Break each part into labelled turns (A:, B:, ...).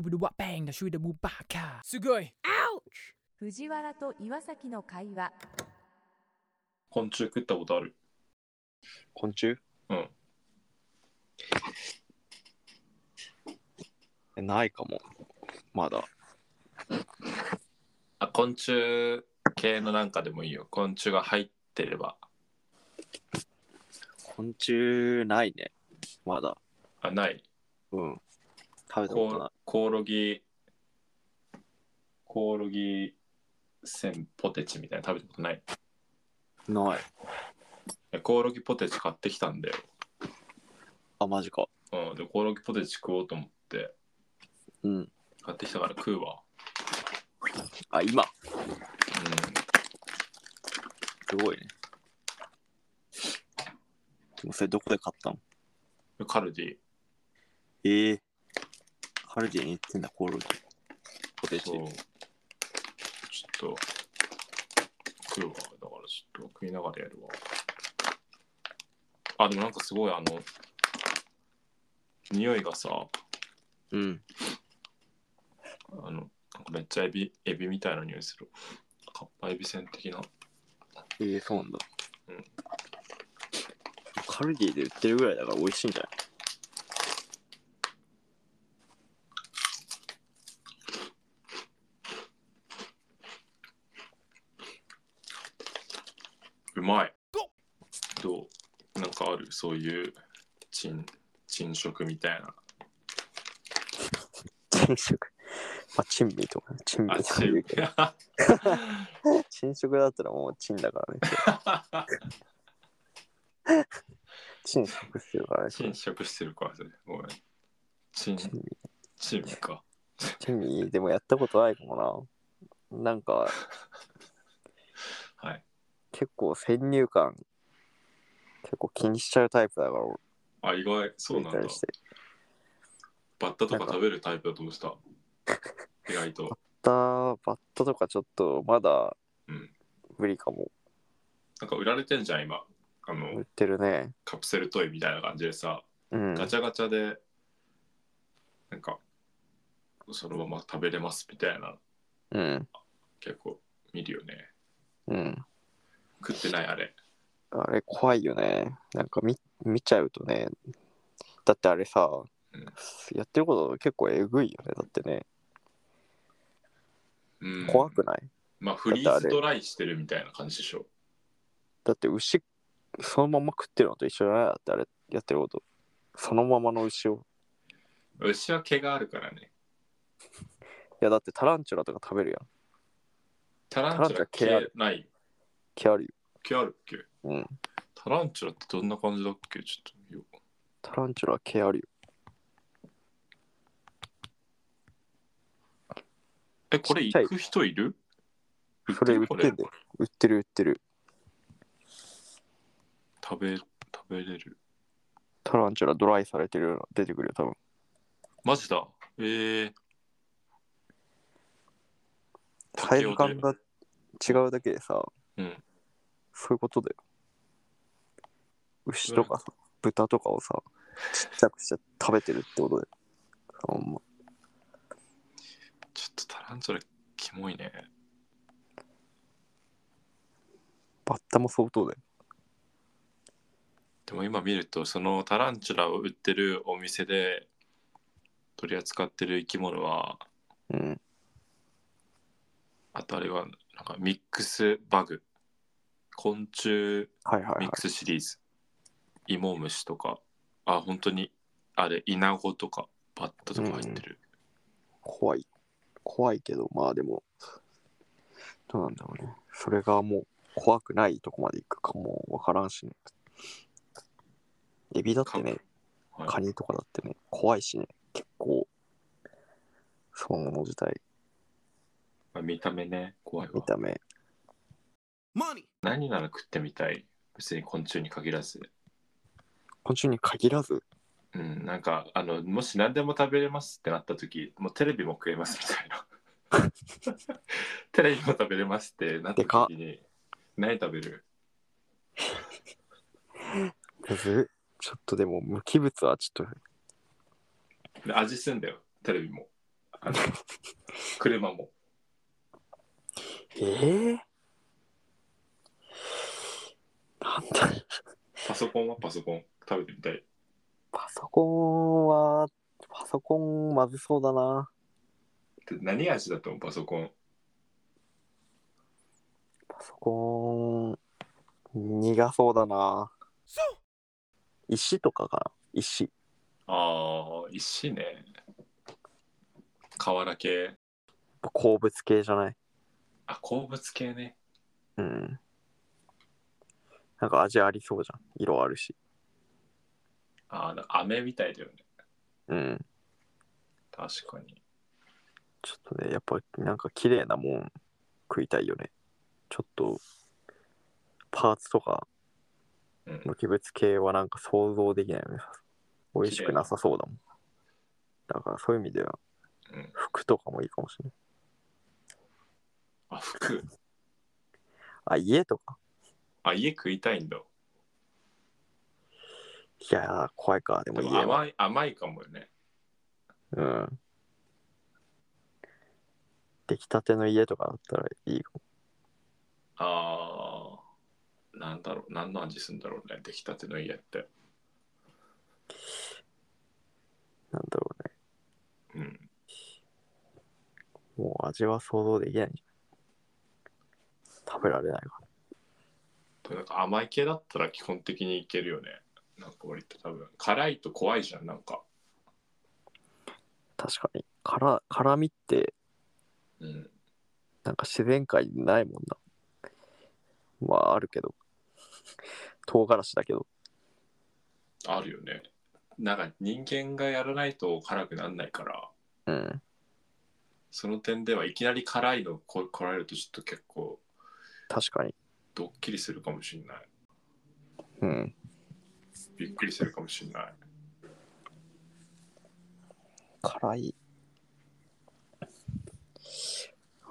A: ブルワペンダシュダムバカすごい
B: 藤原と岩崎の会話
C: 昆虫食ったことある
D: 昆虫
C: うん
D: えないかも。まだ。
C: あ昆虫系のなんかでもいいよ昆虫が入ってれば
D: 昆虫ないね。まだ。
C: あない
D: うん。食べたことない
C: コ。コオロギコオロギせんポテチみたいなの食べたことない
D: ない。
C: えコオロギポテチ買ってきたんだよ、
D: あ、マジか。
C: うん、でコオロギポテチ食おうと思って
D: うん。
C: 買ってきたから食うわ
D: あ、今。
C: うん
D: すごいね。でもそれどこで買ったの
C: カルディ。
D: ええカルディに行ってんだ、コオロギ。ポテチ。
C: そう。ちょっと、食うわ。だからちょっと食いながらやるわ。あ、でもなんかすごいあの、匂いがさ、
D: うん。
C: あの、なんかめっちゃエビ、エビみたいな匂いする。カッパエビせん的な。
D: ええそうなんだ。
C: うん
D: カルディで売ってるぐらいだから美味しいんじゃない
C: うまい
A: ど。
C: どうなんかあるそういう、珍、珍食みたいな。
D: 珍食。あ、珍味とかね。珍味
C: あ、
D: とか言うけど。
C: 違
D: 珍食だったらもう珍だからね。
C: う。
D: 珍食してるから ね。
C: 侵食してるからそれごめんチンチンか
D: 珍味でもやったことないかもな。なんか
C: はい
D: 結構先入観結構気にしちゃうタイプだから
C: あ意外そう
D: 俺
C: な
D: に
C: んだ
D: 対して。
C: バッタとか食べるタイプだと思って た意外と
D: バッタバッタとかちょっとまだ
C: うん
D: 無理かも。
C: なんか売られてんじゃん今あ
D: 売
C: の
D: ってるね。
C: カプセルトイみたいな感じでさ
D: うん。
C: ガチャガチャでなんかそのまま食べれますみたいな
D: うん。
C: 結構見るよね
D: うん。
C: 食ってないあれ
D: あれ怖いよね。なんか見見ちゃうとね。だってあれさ、
C: うん
D: やってること結構えぐいよね。だってね。
C: うん
D: 怖くない、
C: まあフリーズドライしてるみたいな感じでしょ
D: だって牛そのまま食ってるのと一緒じゃないだってあれやってること。そのままの牛を。
C: 牛は毛があるからね
D: いやだってタランチュラとか食べるやん。
C: タランチュラ
D: タランチュラ毛あ
C: 毛
D: る
C: ない
D: 毛あるよ。
C: 毛あるっけ
D: うん。
C: タランチュラってどんな感じだっけちょっと見よう。
D: タランチュラ毛あるよ。
C: え、これ
D: ちっちゃい
C: 行く人いる
D: それ売っ
C: こ
D: てんだよ。売ってる売ってる。
C: 食べ、食べれる。
D: タランチュラドライされてるの出てくるよ多分。
C: マジだ。えー、
D: サイズ感が違うだけでさ、
C: うん
D: そういうことだよ。牛とかさ、豚とかをさ、ちっちゃくして食べてるってことだよ。ほんま
C: ちょっとタランチュラキモいね。
D: バッタも相当だよ。
C: でも今見ると、そのタランチュラを売ってるお店で取り扱ってる生き物は、
D: うん。
C: あとあれは、なんかミックスバグ。昆虫
D: はいはいは
C: ミ
D: い
C: ッ。クスシリーズ。イモムシとか、あ、本当に、あれ、イナゴとか、バッタとか入ってる。
D: 怖い。怖いけど、まあでも、どうなんだろうね。それがもう怖くないとこまで行くかもわからんしね。エビだってね、
C: はい
D: カニとかだってね、怖いしね、結構、そのもの自体、
C: まあ見た目ね、怖い
D: 見
C: わ。
D: た目、
A: マニ
C: 何なら食ってみたい別に昆虫に限らず
D: 昆虫に限らず、
C: うんなんかあのもし何でも食べれますってなった時もうテレビも食えますみたいな テレビも食べれますってなった
D: でか
C: 時に何食べる
D: むずっちょっとでも無機物はちょっと
C: で味すんだよテレビもあ の車も
D: ええなんだ
C: パソコンはパソコン食べてみたい
D: パソコンは、パソコンまずそうだな。
C: で何味だと思うパソコン
D: パソコン、苦そうだな。
A: そう
D: 石とかかな石。
C: ああ石ね瓦系
D: 鉱物系じゃない
C: あ鉱物系ね
D: うん。なんか味ありそうじゃん。色あるし。
C: ああ飴みたいだよね
D: うん。
C: 確かに
D: ちょっとね、やっぱなんか綺麗なもん食いたいよね。ちょっと、パーツとか
C: うん
D: 無機物系はなんか想像できないよね。美味しくなさそうだもん。だからそういう意味では
C: うん、
D: 服とかもいいかもしれない。
C: あ服
D: あ、家とか
C: あ家食いたいんだ
D: いやー、怖いか。でも
C: で
D: 家
C: も
D: は。
C: 甘い甘いかもね
D: うん。出来たての家とかだったらいいかも。
C: あーなんだろう何の味するんだろうね出来たての家って
D: なんだろうね。
C: うん
D: もう味は想像できないんじゃん。食べられないか
C: でもなんか甘い系だったら基本的にいけるよねなんか割と多分辛いと怖いじゃんなんか
D: ら。確かに。から、辛みって、
C: うん
D: なんか自然界にないもんな。まあ、あるけど。 唐辛子だけど。
C: あるよねなんか人間がやらないと辛くなんないから
D: うん。
C: その点ではいきなり辛いのこ来られるとちょっと結構
D: 確かに。
C: ドッキリするかもしれない
D: うん。
C: びっくりするかもしれない
D: 辛い。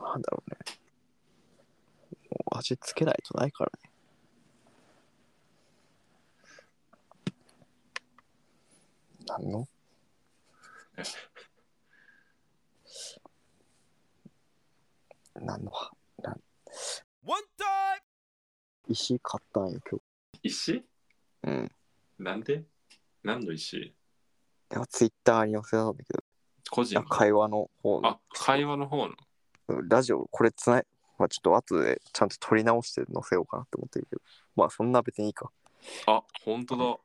D: なんだろうね。もう味つけないとないからね。なんの なんのは
A: ワンタイム
D: 石買ったんよ、今
C: 石
D: 日。うん。
C: なんで何の石
D: いや、ツイッターに載せたんだけど、
C: 個人
D: なんか会話の方の
C: あ、会話の方の
D: ラジオ、これつない、まあ、ちょっと後でちゃんと撮り直して載せようかなって思ってるけど、まあそんな別にいいか。
C: あ本当だ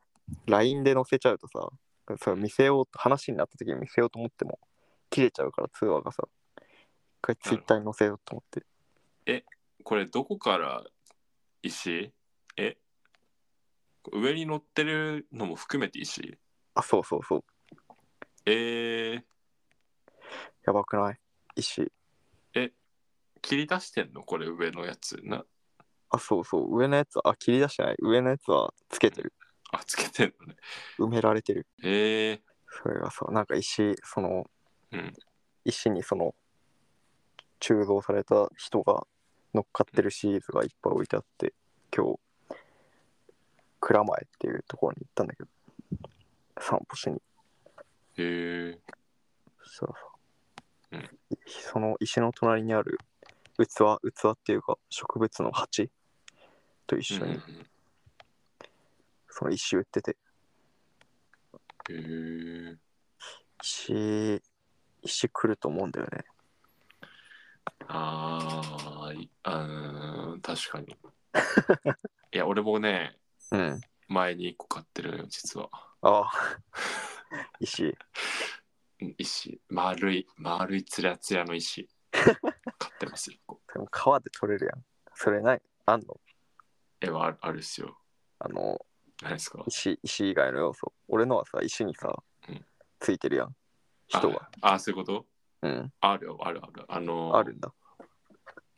D: LINE で載せちゃうとさ、それ見せようと、話になった時に見せようと思っても、切れちゃうから通話がさ、一回ツイッターに載せようと思ってる。
C: これどこから石え上に乗ってるのも含めて石
D: あ、そうそうそう。
C: えー、
D: やばくない石。
C: 切り出してんのこれ上のやつな
D: あ、そうそう。上のやつ、あ、切り出してない。上のやつはつけてる。
C: あつけてんのね
D: 埋められてる。
C: え
D: それがさ、なんか石、その、
C: ー、うん
D: 石にその、鋳造された人が乗っかってるシリーズがいっぱい置いてあって、今日、蔵前っていうところに行ったんだけど、散歩しに。
C: えー、
D: そしたらさ、
C: うん
D: いその石の隣にある器、器っていうか植物の鉢と一
C: う
D: 緒
C: んう
D: に
C: ん
D: その石売ってて、
C: えー、
D: 石、石来ると思うんだよね。
C: あーいあー確かにいや俺もね
D: うん。
C: 前に1個買ってるのよ実は
D: あ あ。石。
C: うん石丸い丸いつやつやの石買ってます1個
D: でも川で取れるやん。それないあんの
C: 絵はあるあるっすよ
D: あの、
C: 何ですか
D: 石、石以外の要素。俺のはさ、石にさ、
C: うん
D: ついてるやん。人が。
C: ああそういうこと
D: うん。
C: あるよあるあるあの
D: あるんだ。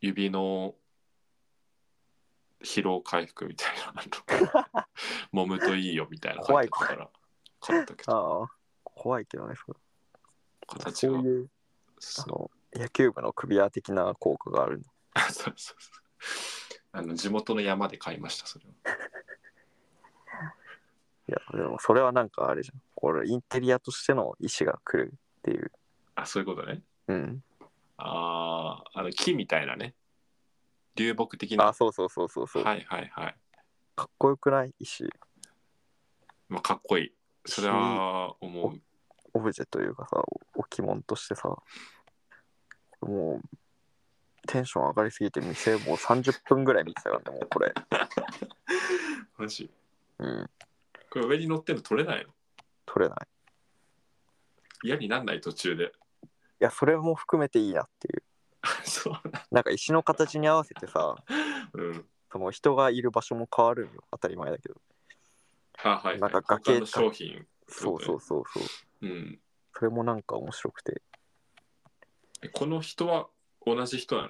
C: 指の疲労回復みたいな あの揉むといいよみたいな
D: 怖い
C: 書てあったから買ったけど
D: ああ。怖いけどね、それ
C: 形
D: そ
C: が
D: ういう、
C: そ
D: あ
C: う
D: の、野球部の首輪的な効果があるんだ。
C: あそうそうそうあの地元の山で買いましたそれを
D: いや、でもそれはなんかあれじゃん。これ、インテリアとしての石が来るっていう。
C: あそういうことね
D: うん。
C: ああ、あの木みたいなね。流木的な。
D: あ、そうそうそうそうそう。
C: はいはいはい。
D: かっこよくない石、
C: まあ、かっこいい。それは思う。
D: オブジェというかさ、置物としてさ、もう、テンション上がりすぎて店もう30分ぐらい見てたからね、もうこれ。
C: マジ。
D: うん。
C: これ上に乗ってるの取れないの
D: 取れない。
C: 嫌になんない途中で。
D: いや、それも含めていいなっていう。
C: そう
D: なんか石の形に合わせてさ、
C: うん。
D: その人がいる場所も変わるんよ。当たり前だけど。
C: あはい、はい。
D: なんか崖
C: 他の商品。
D: そうそうそうそ
C: う
D: う。
C: ん。
D: それもなんか面白くて。
C: えこの人は同じ人なの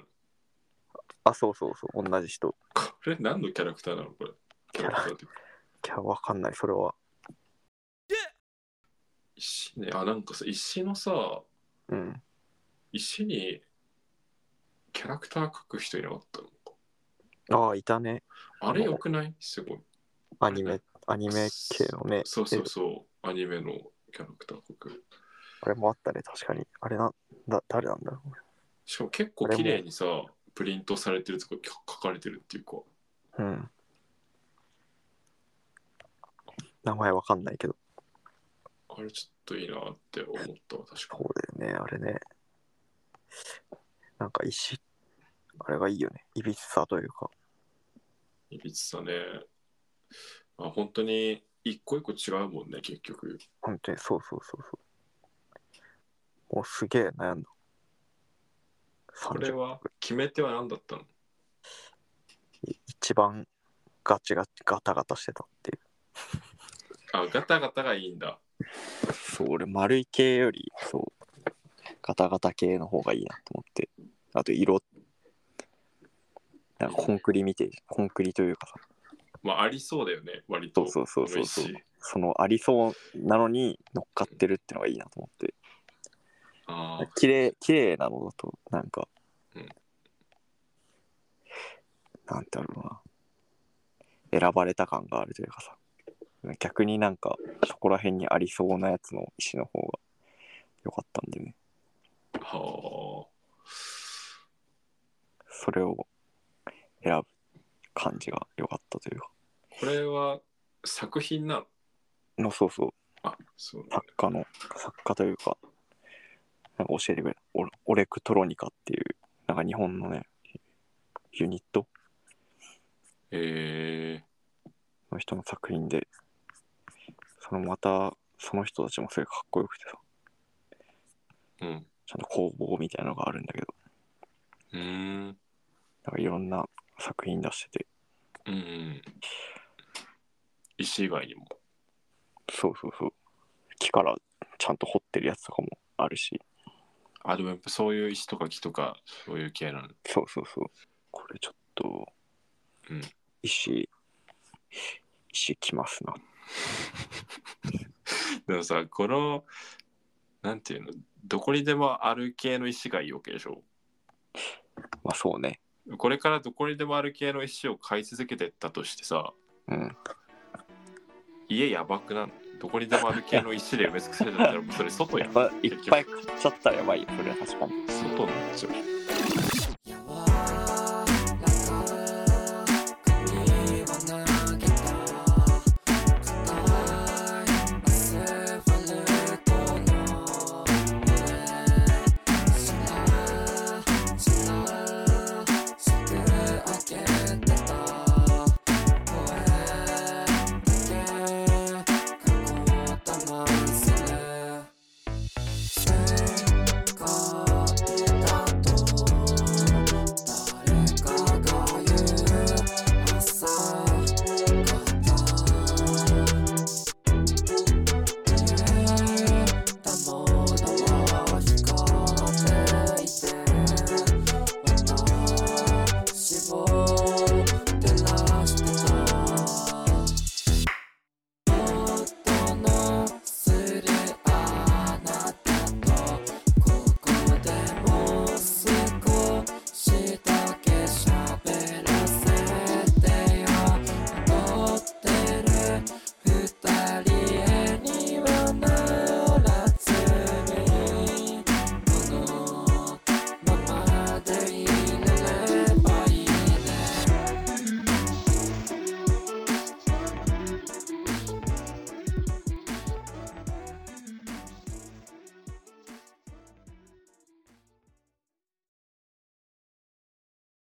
D: あ、そうそうそう。同じ人。
C: これ何のキャラクターなのこれ。キャラクターっていうか
D: いや、わかんない。それは。
C: 石ね。あ、なんかさ、石のさ、
D: うん。
C: 石にキャラクター描く人いなかったのか。
D: ああ、いたね。
C: あれよくないすごい。
D: アニメ、アニメ系のね。
C: そうそ
D: 絵
C: うそう。アニメのキャラクター描く。
D: あれもあったね、確かに。あれな、だ誰なんだろ
C: しかも結構綺麗にさ、プリントされてるとかき書かれてるっていうか。
D: う。うん。名前わかんないけど、
C: あれちょっといいなって思ったわ、確か
D: そうだよね、あれね。なんか石、あれがいいよね。いびつさというか。
C: に。いびつさね。まあ、本当に一個一個違うもんね、結局。
D: 本当に、そうそうそうそう。もうすげえ悩んだ。
C: これは決め手は何だったの
D: 30一番ガチガチガタガタしてたっていう。
C: あ、ガタガタがいいんだ。
D: そう、俺丸い系より、そう、ガタガタ系の方がいいなと思って。あと色、なんかコンクリ見て、コンクリというかさ、
C: まあ、ありそうだよね、割と。
D: そうそうそうそう
C: この石
D: そのありそうなのに乗っかってるってのがいいなと思って。
C: ああ、
D: 綺麗綺麗なのだと、なんか、
C: うん
D: なんだろうな、選ばれた感があるというかさ、逆になんか、そこら辺にありそうなやつの石の方が良かったんでね。
C: は
D: それを選ぶ感じが良かったというか。
C: あ。これは作品なの
D: のそうそう、
C: あ、そうなんだ
D: 作家の、作家というか、なんか教えてくれたオレ、オレクトロニカっていう、なんか日本のね、ユニット
C: え
D: の人の作品で、そのまた、その人たちもすごいかっこよくてさ、
C: えうん。
D: ちゃんと工房みたいなのがあるんだけど、
C: うーん。
D: なんかいろんな作品出してて、
C: うん。石以外にも。
D: そうそうそう、木からちゃんと掘ってるやつとかもあるし、
C: あ、でもやっぱそういう石とか木とか、そういう系なの。
D: そうそうそう。これちょっと、
C: うん
D: 石、石きますな。
C: でもさ、この、なんていうの、どこにでもある系の石がいいわけでしょ。
D: まあそうね。
C: これからどこにでもある系の石を買い続けてったとしてさ、
D: うん。
C: 家やばくなるどこにでもある系の石で埋め尽くされたら、もうそれ外やん。
D: まあいっぱい買っちゃったらやばいよ、それは確かに。
C: 外になっちゃう。